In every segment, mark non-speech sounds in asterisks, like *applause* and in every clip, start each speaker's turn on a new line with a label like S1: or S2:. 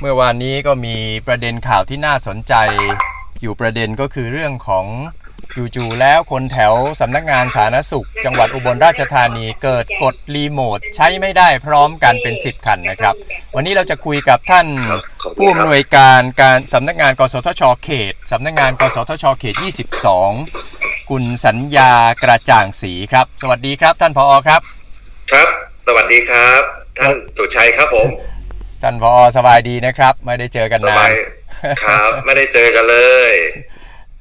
S1: เมื่อวานนี้ก็มีประเด็นข่าวที่น่าสนใจ อยู่ประเด็นก็คือเรื่องของจู่ๆแล้วคนแถวสำนักงานสาธารณสุข จังหวัดอุบลราชธานีเกิดกดรีโมทใช้ไม่ได้พร้อมกันเป็น 10 คันนะครับ วันนี้เราจะคุยกับท่านผู้อำนวยการการสำนักงาน กสทช เขตสำนักงาน กสทช เขต 22 คุณสัญญากระจ่างศรีครับ สวัสดีครับท่านผอครับ
S2: ครับ สวัสดีครับ ท่านสุชัยครับผม
S1: ท่านผอสบายดีนะครับ ไม่ได้เจอกัน
S2: ส
S1: นา
S2: บาน ย ครับ ไม่ได้เจอกันเลย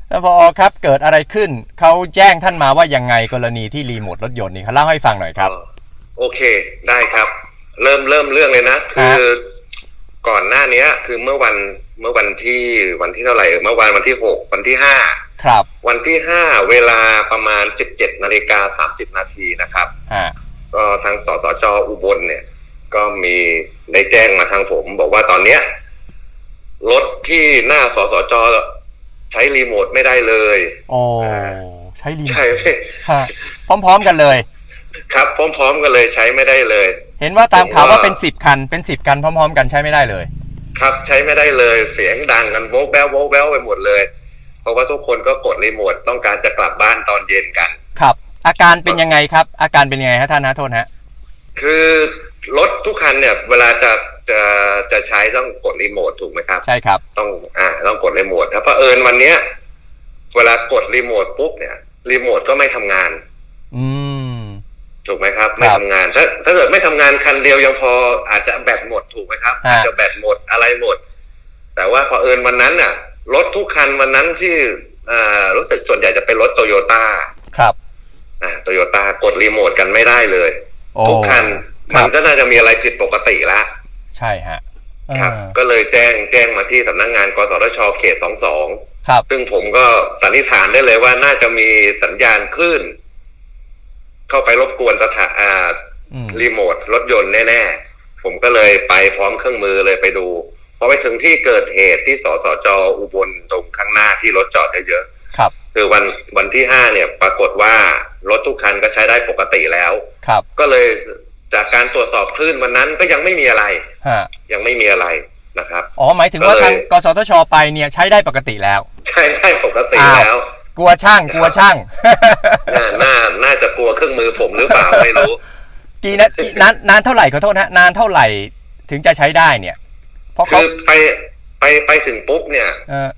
S1: ท่านผอครับเกิดอะไรขึ้นเขาแจ้งท่านมาว่ายังไงกรณีที่รีโมทรถยนต์นี่ครับเล่าให้ฟังหน่อยครับ
S2: โอเค ได้ครับ เริ่มเริ่มเรื่องเลยนะ
S1: ครั
S2: คื
S1: บ
S2: อ ก่อนหน้าเนี้ย คือเมื่อวัน เมื่อวันที่วันที่เท่าไหร่เออเมื่อวันวันที่หกวันที่ห้า
S1: ครับ
S2: วันที่ห้าเวลาประมาณสิบเจ็ดนาฬิกาสามสิบนาทีนะครับ
S1: ฮะ
S2: ก็ทางสสจอุบลเนี่ย ก็มีได้แจ้งมาทางผม บอกว่าตอนเนี้ยรถที่หน้าสสจใช้รีโมทไม่ได้เลย
S1: โอ้ใช้รีโมท
S2: ใช่ไหม
S1: ฮะพร้อมๆกันเลย
S2: ครับ พร้อมๆกันเลยใช้ไม่ได้เลย
S1: เห็นว่าตามข่าวว่าเป็นสิบคันเป็นสิบคันพร้อม ๆ กันใช้ไม่ได้เลย
S2: ครับใช้ไม่ได้เลย เสียงดังกันโวกแววโวกแววไปหมดเลย เพราะว่าทุกคนก็กดรีโมทต้องการจะกลับบ้านตอนเย็นกัน
S1: ครับ อาการเป็นยังไงครับ อาการเป็นยังไงฮะท่านนะโทษฮะ
S2: คือรถทุกคันเนี่ย เวลาจะจะจะใช้ต้องกดรีโมทถูกไหมครับ
S1: ใช่ครับ
S2: ต้องอ่าต้องกดรีโมทถ้าเผอิญวันเนี้ย เวลากดรีโมทปุ๊บเนี่ยรีโมทก็ไม่ทำงาน
S1: อืม
S2: ถูกไหมครับ ไม่
S1: ครับ
S2: ทำงาน ถ้าถ้าเกิดไม่ทำงานคันเดียวยังพออาจจะแบตหมดถูกไหมครับ
S1: ฮะ
S2: อาจจะแบตหมดอะไรหมด แต่ว่าพอเผอิญวันนั้นน่ะรถทุกคันวันนั้นที่อ่ารู้สึกส่วนใหญ่จะเป็นรถโตโยต้า
S1: ครับ
S2: อ่าโตโยต้ากดรีโมทกันไม่ได้เลย
S1: โอ้
S2: ทุกคัน
S1: ค
S2: มั
S1: รั
S2: น
S1: บ
S2: ก็น่าจะมีอะไรผิดปกติละ
S1: ใช่ฮะเออ
S2: ครับ ก็เลยแจ้งแจ้งมาที่สำนักงานกสทชเขตสองสอง
S1: ครับ
S2: ซึ่งผมก็สันนิษฐานได้เลยว่าน่าจะมีสัญญาณคลื่น เข้าไปรบกวนสถาอ่า
S1: อืม
S2: รีโมทรถยนต์แน่ๆ ผมก็เลยไปพร้อมเครื่องมือเลยไปดูพอไปถึงที่เกิดเหตุที่สสจอุบลตรงข้างหน้าที่รถจอดเยอะ
S1: ครับ
S2: ๆคือวันวันที่ห้าเนี่ย ปรากฏว่ารถทุกคันก็ใช้ได้ปกติแล้ว
S1: ครับ
S2: ก็เลยจากการตรวจสอบคลื่นวันนั้นก็ยังไม่มีอะไร
S1: ฮะ
S2: ยังไม่มีอะไรนะครับ *laughs*
S1: อ๋อหมายถึงว่า
S2: ก็เลย
S1: ทางกสทชไปเนี่ยใช้ได้ปกติแล้ว
S2: ใช้ได้ปกติ
S1: อ้าว
S2: แล้ว
S1: กลัวช่างกลัวช่าง
S2: น่าน่า น่าจะกลัวเครื่องมือผมหรือ
S1: *laughs*
S2: เปล่า ไม่รู้
S1: กี่นาทีนานนานเท่าไหร่ขอโทษนะนานเท่าไหร่ถึงจะใช้ได้เนี่ย เพราะ
S2: คื
S1: เขา
S2: อไปไปไปถึงปุ๊บเนี่ย
S1: เออ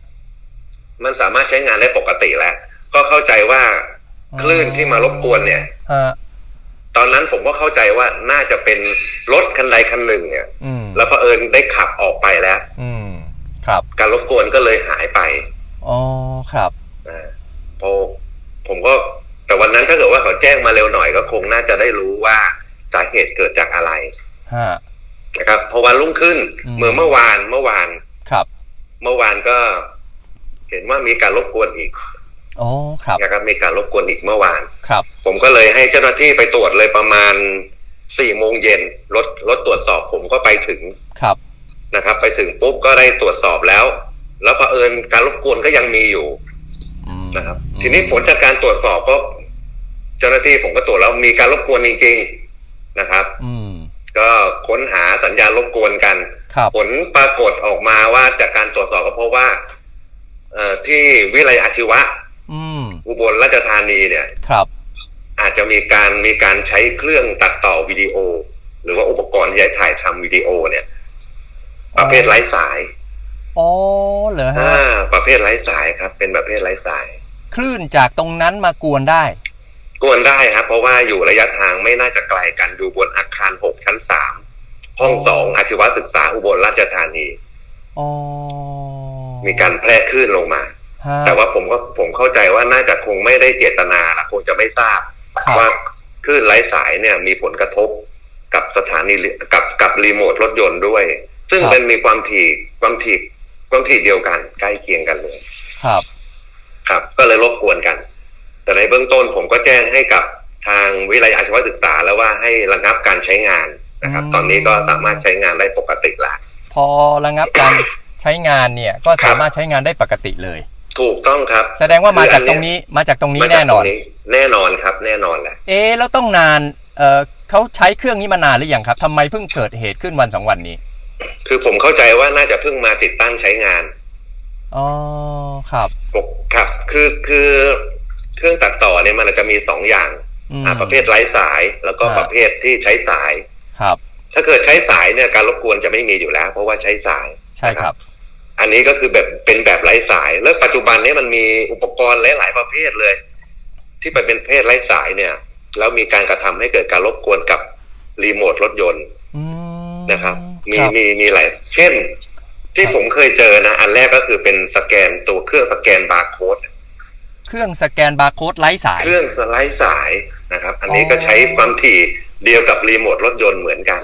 S2: มันสามารถใช้งานได้ปกติแล้ว ก็เข้าใจว่าคลื่นที่มารบกวนเนี่ย
S1: เออ
S2: ตอนนั้นผมก็เข้าใจว่าน่าจะเป็นรถคันใดคันหนึ่งเนี่ย
S1: อืม
S2: แล้วเผอิญได้ขับออกไปแล้ว
S1: อืมครับ
S2: การรบกวนก็เลยหายไป
S1: อ๋อครับ
S2: อ่าพอผมก็แต่วันนั้นถ้าเกิดว่าเขาแจ้งมาเร็วหน่อยก็คงน่าจะได้รู้ว่าสาเหตุเกิดจากอะไร
S1: ฮะ
S2: นะครับพอวันรุ่งขึ้น
S1: อืม
S2: เหมื่อนเมื่อวานเมื่อวาน
S1: ครับ
S2: เมื่อวานก็เห็นว่ามีการรบกวนอีก
S1: อ๋อครับ
S2: นะครับมีการรบกวนอีกเมื่อวาน
S1: ครับ
S2: ผมก็เลยให้เจ้าหน้าที่ไปตรวจเลยประมาณสี่โมงเย็นรถรถตรวจสอบผมก็ไปถึง
S1: ครับ
S2: นะครับ ไปถึงปุ๊บก็ได้ตรวจสอบแล้ว แล้วเผอิญการรบกวนก็ยังมีอยู่
S1: อืม
S2: นะครับ ทีนี้ผลจากการตรวจสอบก็เจ้าหน้าที่ผมก็ตรวจแล้วมีการรบกวนจริงๆนะครับ
S1: อืม
S2: ก็ค้นหาสัญญาณรบกวนกัน
S1: ครับ
S2: ผลปรากฏออกมาว่าจากการตรวจสอบก็พบว่าเอ่อที่วิไลยอาชีวะ
S1: อืม
S2: อุบลราชธานีเนี่ย
S1: ครับ
S2: อาจจะมีการมีการใช้เครื่องตัดต่อวิดีโอ หรือว่าอุปกรณ์ที่ใช้ถ่ายทำวิดีโอเนี่ย ประเภทไร้สาย
S1: อ๋อเหรอฮะ
S2: อ่าประเภทไร้สายครับ เป็นประเภทไร้สาย
S1: คลื่นจากตรงนั้นมากวนได้
S2: กวนได้ครับ เพราะว่าอยู่ระยะทางไม่น่าจะไกลกันอยู่บนอาคารหกชั้นสามห้องสองอาชีวศึกษาอุบลราชธานี
S1: อ๋อ
S2: มีการแพร่คลื่นลงมา
S1: ฮะ
S2: แต่ว่าผมก็ผมเข้าใจว่าน่าจะคงไม่ได้เจตนาละคงจะไม่ทราบ
S1: ครับ
S2: ว่าคลื่นไร้สายเนี่ยมีผลกระทบกับสถานีกับกับรีโมทรถยนต์ด้วย ซึ่ง
S1: ครับ
S2: เป็นมีความถี่ความถี่ความถี่เดียวกันใกล้เคียงกันเลย
S1: ครับ
S2: ครับ ก็เลยรบกวนกัน แต่ในเบื้องต้นผมก็แจ้งให้กับทางวิทยาลัยอาชีวศึกษาแล้วว่าให้ระงับการใช้งานนะครับ
S1: อืม
S2: ตอนนี้ก็สามารถใช้งานได้ปกติละ
S1: พอระงับการใช้งานเนี่ยก็สามารถใช้งานได้ปกติเลย
S2: ถูกต้องครับ
S1: แสดงว่ามาจาก
S2: คือ
S1: ต
S2: อั
S1: รงนี้มาจากตรงนี้
S2: มาจาก
S1: แน่นอน
S2: ตรงแน่นอนครับ แน่นอนแหละ
S1: เอ๊ะแล้วต้องนานเอ่อเขาใช้เครื่องนี้มานานหรือยังครับทำไมเพิ่งเกิดเหตุขึ้นวันสองวันนี้
S2: คือผมเข้าใจว่าน่าจะเพิ่งมาติดตั้งใช้งาน
S1: อ๋อครับ
S2: ปกครับคือคือเครื่องตัดต่อเนี่ยมันอาจจะมีสองอย่าง
S1: อืม
S2: อ่าประเภทไร้สายแล้วก็
S1: อ่า
S2: ประเภทที่ใช้สาย
S1: ครับ
S2: ถ้าเกิดใช้สายเนี่ยการรบกวนจะไม่มีอยู่แล้ว เพราะว่าใช้สาย
S1: ใช่ครับ
S2: อันนี้ก็คือแบบเป็นแบบไร้สาย แล้วปัจจุบันเนี้มันมีอุปกรณ์หลาย ๆ ประเภทเลย ที่เป็นประเภทไร้สายเนี่ยแล้วมีการกระทำให้เกิดการรบกวนกับรีโมทรถยนต์
S1: อืม
S2: นะครับมี
S1: ครับ
S2: มีมีหลายเช่น ที่
S1: ครับ
S2: ผมเคยเจอนะอันแรกก็คือเป็นสแกนตัวเครื่องสแกนบาร์โค้ด
S1: เครื่องสแกนบาร์โค้ดไร้สาย
S2: เครื่องสไลด์สายนะครับ อันนี้
S1: อ๋อ
S2: ก็ใช้ความถี่เดียวกับรีโมทรถยนต์เหมือนกัน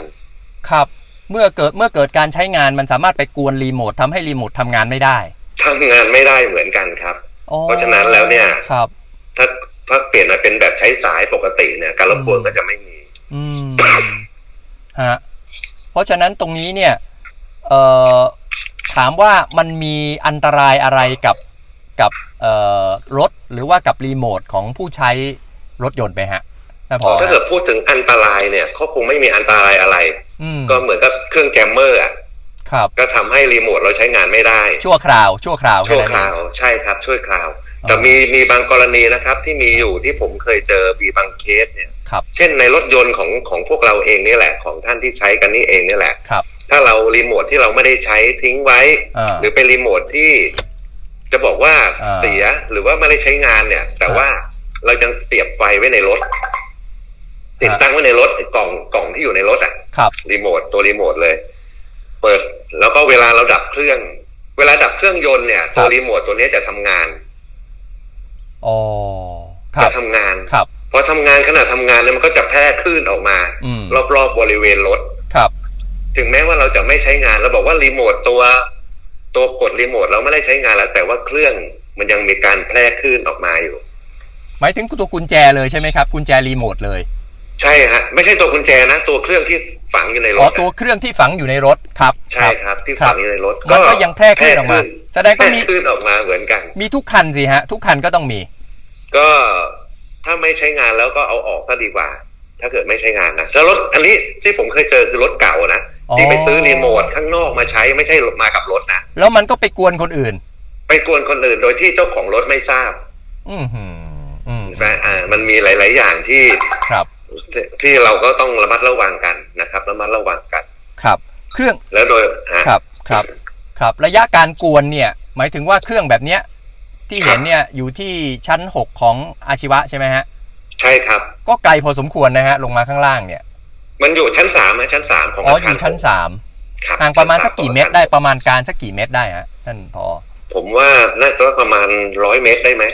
S1: ครับ เมื่อเกิดเมื่อเกิดการใช้งานมันสามารถไปกวนรีโมททำให้รีโมททำงานไม่ได้
S2: ทำงานไม่ได้เหมือนกันครับ
S1: อ๋อ
S2: เพราะฉะนั้นแล้วเนี่ย
S1: ครับ
S2: ถ้าถ้าเปลี่ยนมาเป็นแบบใช้สายปกติเนี่ย การรบกวน
S1: อืม
S2: ก็จะไม่มี
S1: อืมฮะเพราะฉะนั้นตรงนี้เนี่ยเอ่อถามว่ามันมีอันตรายอะไรกับกับเอ่อรถหรือว่ากับรีโมทของผู้ใช้รถยนต์ไหมฮะนะพอ
S2: ถ้าเกิดพูดถึงอันตรายเนี่ยเขาคงไม่มีอันตรายอะไร
S1: อืม
S2: ก็เหมือนกับเครื่องแกมเมอร์อ่ะ
S1: ครับ
S2: ก็ทำให้รีโมทเราใช้งานไม่ได้
S1: ชั่วคราว ชั่วคราว
S2: ชั่ว
S1: แนั้นเอ
S2: ค
S1: ง
S2: ราว ใช่ครับ ช่วยคราว
S1: อ
S2: แต่มีมีบางกรณีนะครับ ที่มีอยู่ที่ผมเคยเจอมีบางเคสเนี่ย
S1: ครับ
S2: เช่นในรถยนต์ของของพวกเราเองนี่แหละของท่านที่ใช้กันนี่เองนี่แหละ
S1: ครับ
S2: ถ้าเรารีโมทที่เราไม่ได้ใช้ทิ้งไว้
S1: อ่า
S2: หรือเป็นรีโมทที่จะบอกว่า
S1: อ่า
S2: เสียหรือว่าไม่ได้ใช้งานเนี่ย แต่ว่าเรายังเสียบไฟไว้ในรถ ติดตั้งไว้ในรถไอ้กล่องกล่องที่อยู่ในรถอะ
S1: ครับ
S2: รีโมทตัวรีโมทเลย เปิด แล้วก็เวลาเราดับเครื่อง เวลาดับเครื่องยนต์เนี่ยตัวรีโมทตัวเนี้ยจะทำงาน
S1: อ๋อครั
S2: จะ
S1: บ
S2: ทำงาน
S1: ครับ
S2: พอทำงานขณะทำงานเนี่ยมันก็จะแพร่คลื่นออกมา
S1: อืม
S2: รอบๆบบริเวณรถ
S1: ครับ
S2: ถึงแม้ว่าเราจะไม่ใช้งานเราบอกว่ารีโมทตัว ตัวกดรีโมทเราไม่ได้ใช้งานแล้ว แต่ว่าเครื่องมันยังมีการแพร่คลื่นออกมาอยู่
S1: หมายถึงตัวกุญแจเลยใช่ไหมครับ กุญแจรีโมทเลย
S2: ใช่ฮะไม่ใช่ตัวกุญแจนะ ตัวเครื่องที่ฝังอยู่ในร
S1: อ๋อ
S2: ถ
S1: ตัวเครื่องที่ฝังอยู่ในรถครับ
S2: ใช่
S1: ค
S2: ครับ รับ ที่ฝังอยู่ในรถ
S1: มันก็ยังแพร่คลื่นออกมาแสดงว่ามี
S2: แพร่คลื่นออกมาเหมือนกัน
S1: มีทุกคันสิฮะ ทุกคันก็ต้องมี
S2: ก็ถ้าไม่ใช้งานแล้วก็เอาออกซะดีกว่า ถ้าเกิดไม่ใช้งานนะแล้วรถอันนี้ที่ผมเคยเจอคือรถเก่านะ
S1: อ๋อ
S2: ที่ไปซื้อรีโมทข้างนอกมาใช้ไม่ใช่มากับรถนะ
S1: แล้วมันก็ไปกวนคนอื่น
S2: ไปกวนคนอื่นโดยที่เจ้าของรถไม่ทราบ
S1: อืมหืมอืม
S2: ใช่อ่ามันมีหลาย ๆ อย่างที่
S1: ครับ
S2: ที่ที่เราก็ต้องระมัดระวังกันนะครับ ระมัดระวังกัน
S1: ครับ เครื่อง
S2: แล้วโดยฮะ
S1: ครับ ครับ ครับ ระยะการกวนเนี่ย หมายถึงว่าเครื่องแบบเนี้ย ที่เห็นเนี่ย อยู่ที่ชั้น 6 ของอาชีวะใช่ไหมฮะ
S2: ใช่ครับ
S1: ก็ไกลพอสมควรนะฮะ ลงมาข้างล่างเนี่ย
S2: มันอยู่ชั้นสามฮะชั้นสามของ
S1: อ๋อ
S2: อา
S1: อ
S2: คาร
S1: ยู่ชั้น
S2: ครับ
S1: 3ห่างประมาณสั
S2: ชั้น
S1: กกี่
S2: ของ
S1: เมตรได้ ประมาณการสักกี่เมตรได้ฮะ ท่านพอ
S2: ผมว่าน่าจะประมาณร้อยเมตรได้ไหม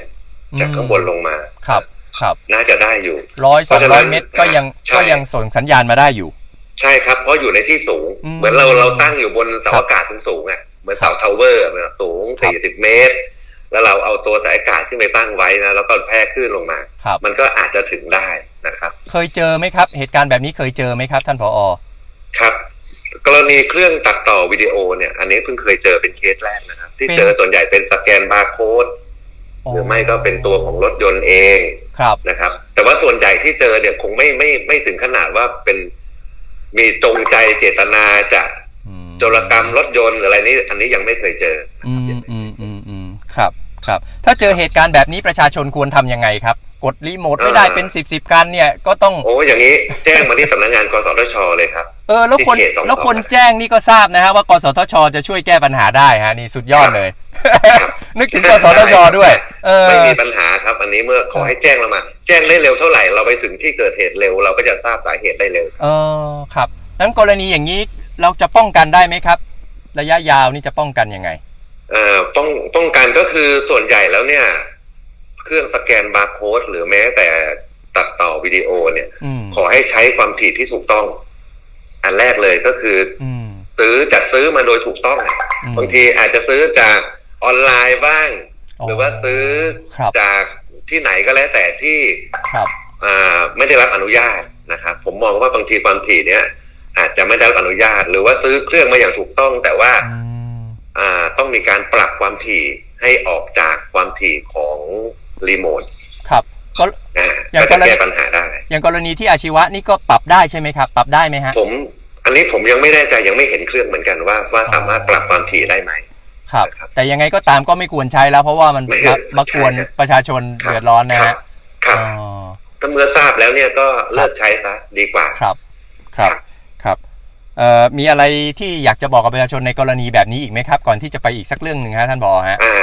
S1: อืม
S2: จากข้างบนลงมา
S1: ครับ ครับ
S2: น่าจะได้อยู่
S1: ร้อย
S2: เพ
S1: สอ
S2: ราะ
S1: ง
S2: ฉะนั้
S1: ร้อย
S2: น
S1: เมตรก็ยัง
S2: ใช่
S1: ก็ยังส่งสัญญาณมาได้อยู่
S2: ใช่ครับ เพราะอยู่ในที่สูง
S1: อืม
S2: เหมือนเราเราตั้งอยู่บนเสา
S1: ครับ
S2: อากาศสูงๆอ่ะเหมือนเสาทาวเวอร์อะสูง
S1: ครับ
S2: สี่สิบเมตร แล้วเราเอาตัวสายอากาศขึ้นไปตั้งไว้นะแล้วก็แพร่คลื่นลงมา
S1: ครับ
S2: มันก็อาจจะถึงได้นะครับ
S1: เคยเจอไหมครับ เหตุการณ์แบบนี้เคยเจอไหมครับ ท่านพออ
S2: ครับ กรณีเครื่องตัดต่อวิดีโอเนี่ย อันนี้เพิ่งเคยเจอเป็นเคสแรกนะครับ ที่
S1: เป็น
S2: เจอส่วนใหญ่เป็นสแกนบาร์โค้ดหรือไม่ก็เป็นตัวของรถยนต์เอง
S1: ครับ
S2: นะครับ แต่ว่าส่วนใหญ่ที่เจอเนี่ยคงไม่ไม่ไม่ถึงขนาดว่าเป็นมีจงใจเจตนาจะ
S1: อืม
S2: โจรกรรมรถยนต์หรืออะไรนี้อันนี้ยังไม่เคยเจอ
S1: อืมอืมอืมอืมครับครับ ถ้าเจอเหตุการณ์แบบนี้ประชาชนควรทำยังไงครับ กดรีโมทไม่ได้
S2: เออ
S1: เป็นสิบสิบการเนี่ยก็ต้อง
S2: โอ้อย่างนี้แจ้งมาที่สำนักงานกสทชเลยครับ
S1: เออ แล้วคน
S2: ที่เขตสอง
S1: แล้วคน
S2: ต่อนะ
S1: แจ้งนี่ก็ทราบนะฮะว่ากสทช จะช่วยแก้ปัญหาได้ฮะนี่สุดยอดเลย
S2: ครับ
S1: นึกถึงกสทช ด้วย เออ
S2: ไม่มีปัญหาครับ อันนี้เมื่อขอให้แจ้งเรามา แจ้งได้เร็วเท่าไหร่เราไปถึงที่เกิดเหตุเร็ว เราก็จะทราบสาเหตุได้เร็ว
S1: เออครับนั้นกรณีอย่างนี้เราจะป้องกันได้ไหมครับ ระยะยาวนี่จะป้องกันยังไง
S2: เอ่อป้องป้องกันก็คือส่วนใหญ่แล้วเนี่ย เครื่องสแกนบาร์โค้ดหรือแม้แต่ตัดต่อวิดีโอเนี่ย
S1: อืม
S2: ขอให้ใช้ความถี่ที่ถูกต้อง อันแรกเลยก็คือ
S1: อืม
S2: ซื้อจัดซื้อมาโดยถูกต้องอะ
S1: อืม
S2: บางทีอาจจะซื้อจากออนไลน์บ้าง
S1: อ๋อ
S2: หรือว่าซื้อ
S1: ครับ
S2: จากที่ไหนก็แล้วแต่ที่
S1: ครับ
S2: อ่าไม่ได้รับอนุญาตนะครับผมมองว่าบางทีความถี่เนี่ย อาจจะไม่ได้รับอนุญาต หรือว่าซื้อเครื่องมาอย่างถูกต้อง แต่ว่า
S1: อืม
S2: อ่าต้องมีการปรับความถี่ให้ออกจากความถี่ของรีโมท
S1: ครับก็
S2: นะ
S1: อย่าง
S2: ก็จะ
S1: กรณี
S2: แก้ปัญหาได้
S1: อย่างกรณีที่อาชีวะนี่ก็ปรับได้ใช่ไหมครับ ปรับได้ไหมฮะ
S2: ผม อันนี้ผมยังไม่แน่ใจยังไม่เห็นเครื่องเหมือนกันว่าว่าสามารถปรับความถี่ได้ไหม
S1: ครับ
S2: ครับ
S1: แต่ยังไงก็ตามก็ไม่ควรใช้แล้ว เพราะว่ามัน
S2: ไม่ควร
S1: มากวน
S2: ใช่ครับ
S1: ประชาชนเดือดร้อนนะ
S2: ครั
S1: ฮะ
S2: บครับ
S1: อ๋อ
S2: ถ้าเมื่อทราบแล้วเนี่ยก็เลิกใช้ซะดีกว่า
S1: ครับครับครับเอ่อมีอะไรที่อยากจะบอกกับประชาชนในกรณีแบบนี้อีกไหมครับ ก่อนที่จะไปอีกสักเรื่องหนึ่งฮะท่านผอฮะ
S2: อ่า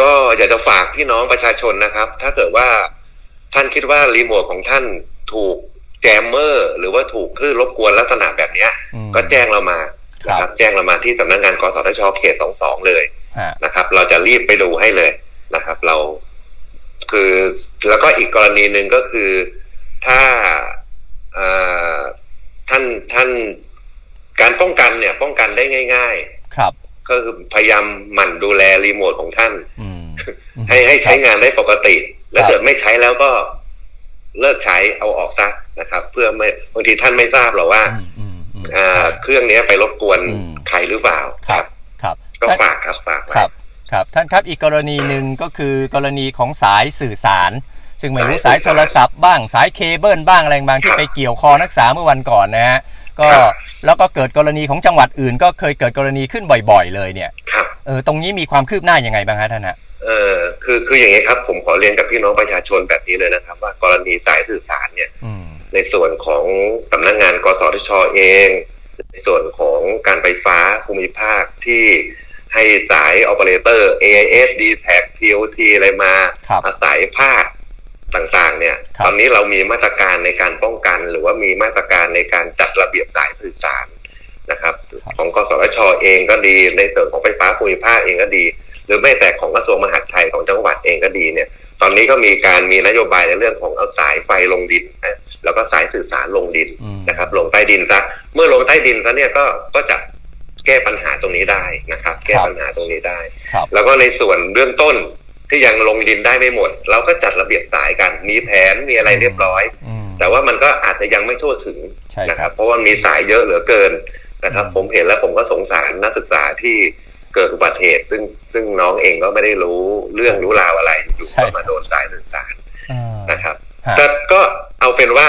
S2: ก็อยากจะฝากพี่น้องประชาชนนะครับ ถ้าเกิดว่าท่านคิดว่ารีโมทของท่านถูกแจมเมอร์ หรือว่าถูกคลื่นรบกวนลักษณะแบบเนี้ย
S1: อืม
S2: ก็แจ้งเรามา
S1: ครับ
S2: นะครับ แจ้งเรามาที่สำนักงานกสทชเขตสองสองเลย
S1: ฮะ
S2: นะครับ เราจะรีบไปดูให้เลยนะครับ เรา คือแล้วก็อีกกรณีหนึ่งก็คือถ้าเอ่อท่านท่านการป้องกันเนี่ย ป้องกันได้ง่าย
S1: ครับ
S2: ๆ ก็คือพยายามหมั่นดูแลรีโมทของท่าน
S1: อืม
S2: ให้ให้ใช้งานได้ปกติ แล้
S1: ค
S2: ว
S1: รับ
S2: เกิดไม่ใช้แล้วก็เลิกใช้เอาออกซะนะครับ เพื่อไม่บางทีท่านไม่ทราบหรอกว่า
S1: อืมอืมอืม
S2: เอ่อเครื่องเนี้ยไปรบกวน
S1: อืม
S2: ใครหรือเปล่า
S1: ครับครับ
S2: ก็
S1: ท่าน
S2: ฝากครับฝากไว้
S1: ครับครับท่านครับอีกกรณีหนึ่งก็คือกรณีของสายสื่อสาร ซึ่งไม่รู้สายโทรศัพท์บ้างสายเคเบิลบ้างอะไรบางที่ไปเกี่ยวคอนักศึกษาเมื่อวันก่อนนะฮะก็แล้วก็เกิดกรณีของจังหวัดอื่น ก็เคยเกิดกรณีขึ้นบ่อยๆ เลยเนี่ย
S2: ครับ
S1: เออตรงนี้มีความคืบหน้ายังไงบ้างฮะท่านฮะ
S2: เออคือคืออย่างนี้ครับ ผมขอเรียนกับพี่น้องประชาชนแบบนี้เลยนะครับ ว่ากรณีสายสื่อสารเนี่ย
S1: อืม
S2: ในส่วนของสำนักงานกสทชเอง ในส่วนของการไฟฟ้าภูมิภาคที่ให้สายออเปอเรเตอร์ AIS d t a c TOT อะไรมา
S1: ครับ
S2: อาศัยภาคต่างๆ เนี่ย
S1: ครับ
S2: ตอนนี้เรามีมาตรการในการป้องกัน หรือว่ามีมาตรการในการจัดระเบียบสายสื่อสารนะครับ ของกสทชเองก็ดีในส่วนของไฟฟ้าภูมิภาคเองก็ดี หรือไม่แต่ของกระทรวงมหาดไทยของจังหวัดเองก็ดีเนี่ย ตอนนี้ก็มีการมีนโยบายในเรื่องของเอาสายไฟลงดินนะแล้วก็สายสื่อสารลงดิน
S1: อืม
S2: นะครับ ลงใต้ดินซะเมื่อลงใต้ดินซะเนี่ยก็ก็จะแก้ปัญหาตรงนี้ได้นะครับ แก้ปัญหาตรงนี้ได้
S1: ครับ
S2: แล้วก็ในส่วนเบื้องต้นที่ยังลงดินได้ไม่หมด เราก็จัดระเบียบสายกัน มีแผนมีอะไรเรียบร้อย
S1: อืม
S2: แต่ว่ามันก็อาจจะยังไม่ทั่วถึง
S1: ใช่ครับ
S2: นะครับ เพราะว่ามีสายเยอะเหลือเกินนะครับ
S1: อืม
S2: ผมเห็นแล้วผมก็สงสารนักศึกษาที่เกิดอุบัติเหตุ ซึ่งซึ่งน้องเองก็ไม่ได้รู้เรื่องรู้ราวอะไรอยู่ก็มาโดนสายสื่อสาร
S1: อ่า
S2: นะครับ
S1: ฮะ
S2: แต่ก็เอาเป็นว่า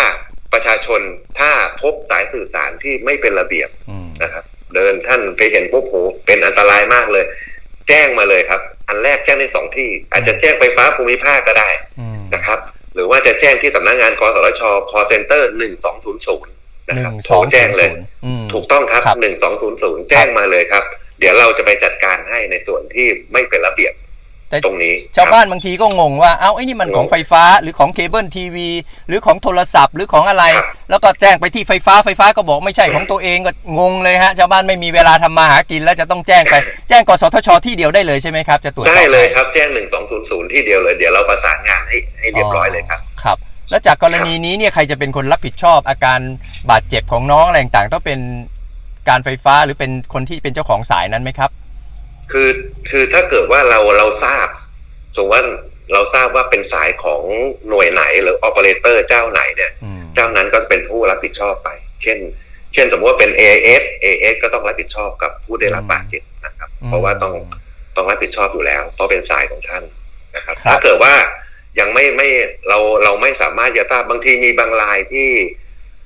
S2: ประชาชนถ้าพบสายสื่อสารที่ไม่เป็นระเบียบ
S1: อืม
S2: นะครับ เดินท่านไปเห็นปุ๊บโหเป็นอันตรายมากเลย แจ้งมาเลยครับ อันแรกแจ้งได้สองที่ อาจจะแจ้งไฟฟ้าภูมิภาคก็ได้
S1: อืม
S2: นะครับหรือว่าจะแจ้งที่สำนักงานกสทช call center หนึ่งสองศูนย์ศูนย์นะ
S1: ห
S2: ครับ
S1: นึ่ง
S2: โท
S1: สอง
S2: รแจ้งเลย
S1: ศูนย์อืม
S2: ถูกต้องครับ
S1: ครับ
S2: หนึ่งสองศูนย์ศูนย์แจ้งมาเลยครับ เดี๋ยวเราจะไปจัดการให้ในส่วนที่ไม่เป็นระเบียบ
S1: แต่
S2: ตรงนี้
S1: ชา
S2: ครับ
S1: ว้านบางทีก็งงว่า เอ้าไอ้นี่มันของไฟฟ้าหรือของเคเบิลทีวี หรือของโทรศัพท์ หรือของอะไร แล้วก็แจ้งไปที่ไฟฟ้าไฟฟ้าก็บอกไม่ใช่ของตัวเองก็งงเลยฮะชาวบ้านไม่มีเวลาทำมาหากินแล้วจะต้องแจ้งไป แจ้งกสทชที่เดียวได้เลยใช่ไหมครับ จะตรวจสอบ
S2: ได้เลยครับแจ้งหนึ่งสองศูนย์ศูนย์ที่เดียวเลย เดี๋ยวเราประสานงานให้ให้เรียบร้อยเลยครับ
S1: ครับ แล้วจากกรณีนี้เนี่ยใครจะเป็นคนรับผิดชอบอาการบาดเจ็บของน้องอะไรต่างๆต้องเป็นการไฟฟ้าหรือเป็นคนที่เป็นเจ้าของสายนั้นไหมครับ
S2: คือคือถ้าเกิดว่าเราเราทราบสมมติว่าเราทราบว่าเป็นสายของหน่วยไหนหรือออเปอเรเตอร์เจ้าไหนเนี่ย
S1: อืม
S2: เจ้านั้นก็เป็นผู้รับผิดชอบไป เช่น เช่นสมมติว่าเป็น AS AS ก็ต้องรับผิดชอบกับผู้ได้รับบาดเจ็บนะครับ
S1: อืม
S2: เพราะว่าต้องต้องรับผิดชอบอยู่แล้ว เพราะเป็นสายของท่านนะครับ
S1: ครับ
S2: ถ้าเกิดว่ายังไม่ไม่เราเราไม่สามารถจะทราบบางทีมีบางรายที่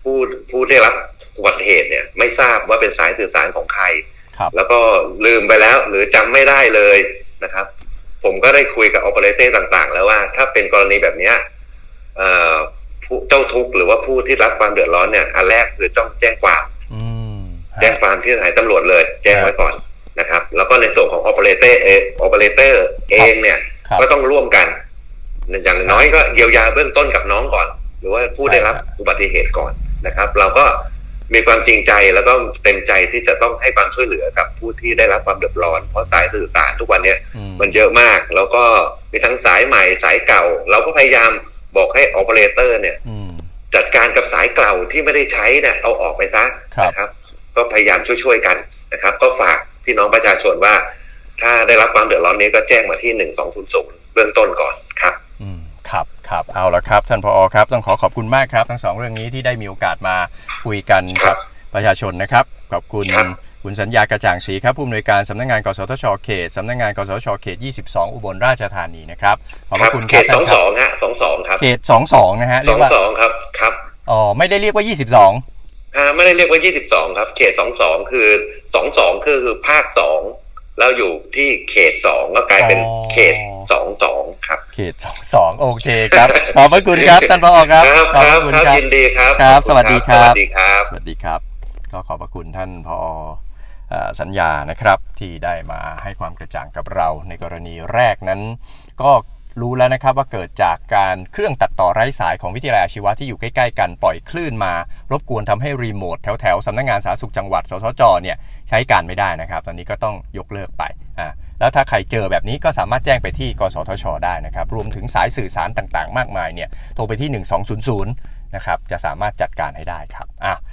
S2: ผู้ผู้ได้รับอุบัติเหตุเนี่ย ไม่ทราบว่าเป็นสายสื่อสารของใคร
S1: ครับ
S2: แล้วก็ลืมไปแล้วหรือจำไม่ได้เลยนะครับ ผมก็ได้คุยกับ o อเปอเรเตอร์ต่าง ๆ แล้วว่าถ้าเป็นกรณีแบบเนี้ยเอ่อผู้เจ้าทุกข์หรือว่าผู้ที่รับความเดือดร้อนเนี่ยอันแรกคือต้องแจ้งความ
S1: อืมฮะ
S2: แจ้งความที่สถานีตำรวจเลย แจ้งไว้ก่อนนะครับ แล้วก็ในส่วนของ o อเปอเรเตอร์เองออเปอเรเตอร์เองเนี่ย
S1: ครับ
S2: ก็ต้องร่วมกัน อย่างน้อยก็เยียวยาเบื้องต้นกับน้องก่อน หรือว่าผู้ได้รับอุบัติเหตุก่อนนะครับ เราก็มีความจริงใจแล้วก็เต็มใจที่จะต้องให้ความช่วยเหลือกับผู้ที่ได้รับความเดือดร้อนเพราะสายสื่อสารทุกวันเนี้ย
S1: อืม
S2: มันเยอะมาก แล้วก็มีทั้งสายใหม่สายเก่า เราก็พยายามบอกให้ออเปอเรเตอร์เนี่ย
S1: อืม
S2: จัดการกับสายเก่าที่ไม่ได้ใช้เนี่ยเอาออกไปซะ
S1: ครับ
S2: นะครับ ก็พยายามช่วยๆกันนะครับ ก็ฝากพี่น้องประชาชนว่า ถ้าได้รับความเดือดร้อนนี้ก็แจ้งมาที่หนึ่งสองศูนย์ศูนย์เบื้องต้นก่อนครับ
S1: อืมครับครับเอาละครับ ท่านผอครับ ต้องขอขอบคุณมากครับ ทั้งสองเรื่องนี้ที่ได้มีโอกาสมาคุยกัน
S2: ครั
S1: กับบ ประชาชนนะครับ ขอบคุณ
S2: ครับ
S1: คุณสัญญากระจ่างศรีครับผู้อำนวยการสำนักงานกสทชเขตสำนักงานกสทชเขต 22 อุบลราชธานีนะครับขอบพ
S2: ครั
S1: ระ
S2: บ
S1: คุณ
S2: เข
S1: ครับ
S2: ตสองสองฮะสองสองครับ
S1: เขต 22 นะฮะ
S2: ส
S1: เรีย
S2: อกง
S1: ว่า
S2: สองครับครับ
S1: อ๋อไม่ได้เรียกว่า 22
S2: อ่าไม่ได้เรียกว่า 22 ครับ เขต 22 คือ 22 คือคือภาค 2 แล้วอยู่ที่เขต 2 ก็กลายเป็น
S1: อ๋อ
S2: เขต 22 ครับ
S1: เขตสองสองโอเคครับ ขอบพระคุณครับท่านผอครับ
S2: ครับ
S1: ขอบพระคุณ
S2: ค
S1: ค
S2: รั
S1: รั
S2: บบ ยินดีครับ
S1: ครับ
S2: ขอณ
S1: สวัสดีครับ
S2: สวัสดีครับ
S1: สวัสดีครับ ก็ขอบพระคุณท่านพอเอ่อสัญญานะครับที่ได้มาให้ความกระจ่างกับเราในกรณีแรกนั้น ก็รู้แล้วนะครับว่าเกิดจากการเครื่องตัดต่อไร้สายของวิทยาลัยอาชีวะที่อยู่ใกล้ๆกันปล่อยคลื่นมา รบกวนทำให้รีโมทแถวๆสำนักงานสาธารณสุขจังหวัดสสจเนี่ยใช้การไม่ได้นะครับ ตอนนี้ก็ต้องยกเลิกไปอ่าแล้วถ้าใครเจอแบบนี้ก็สามารถแจ้งไปที่กสทช ได้นะครับ รวมถึงสายสื่อสารต่างๆ มากมายเนี่ยโทรไปที่ 1200 นะครับจะสามารถจัดการให้ได้ครับอ่ะ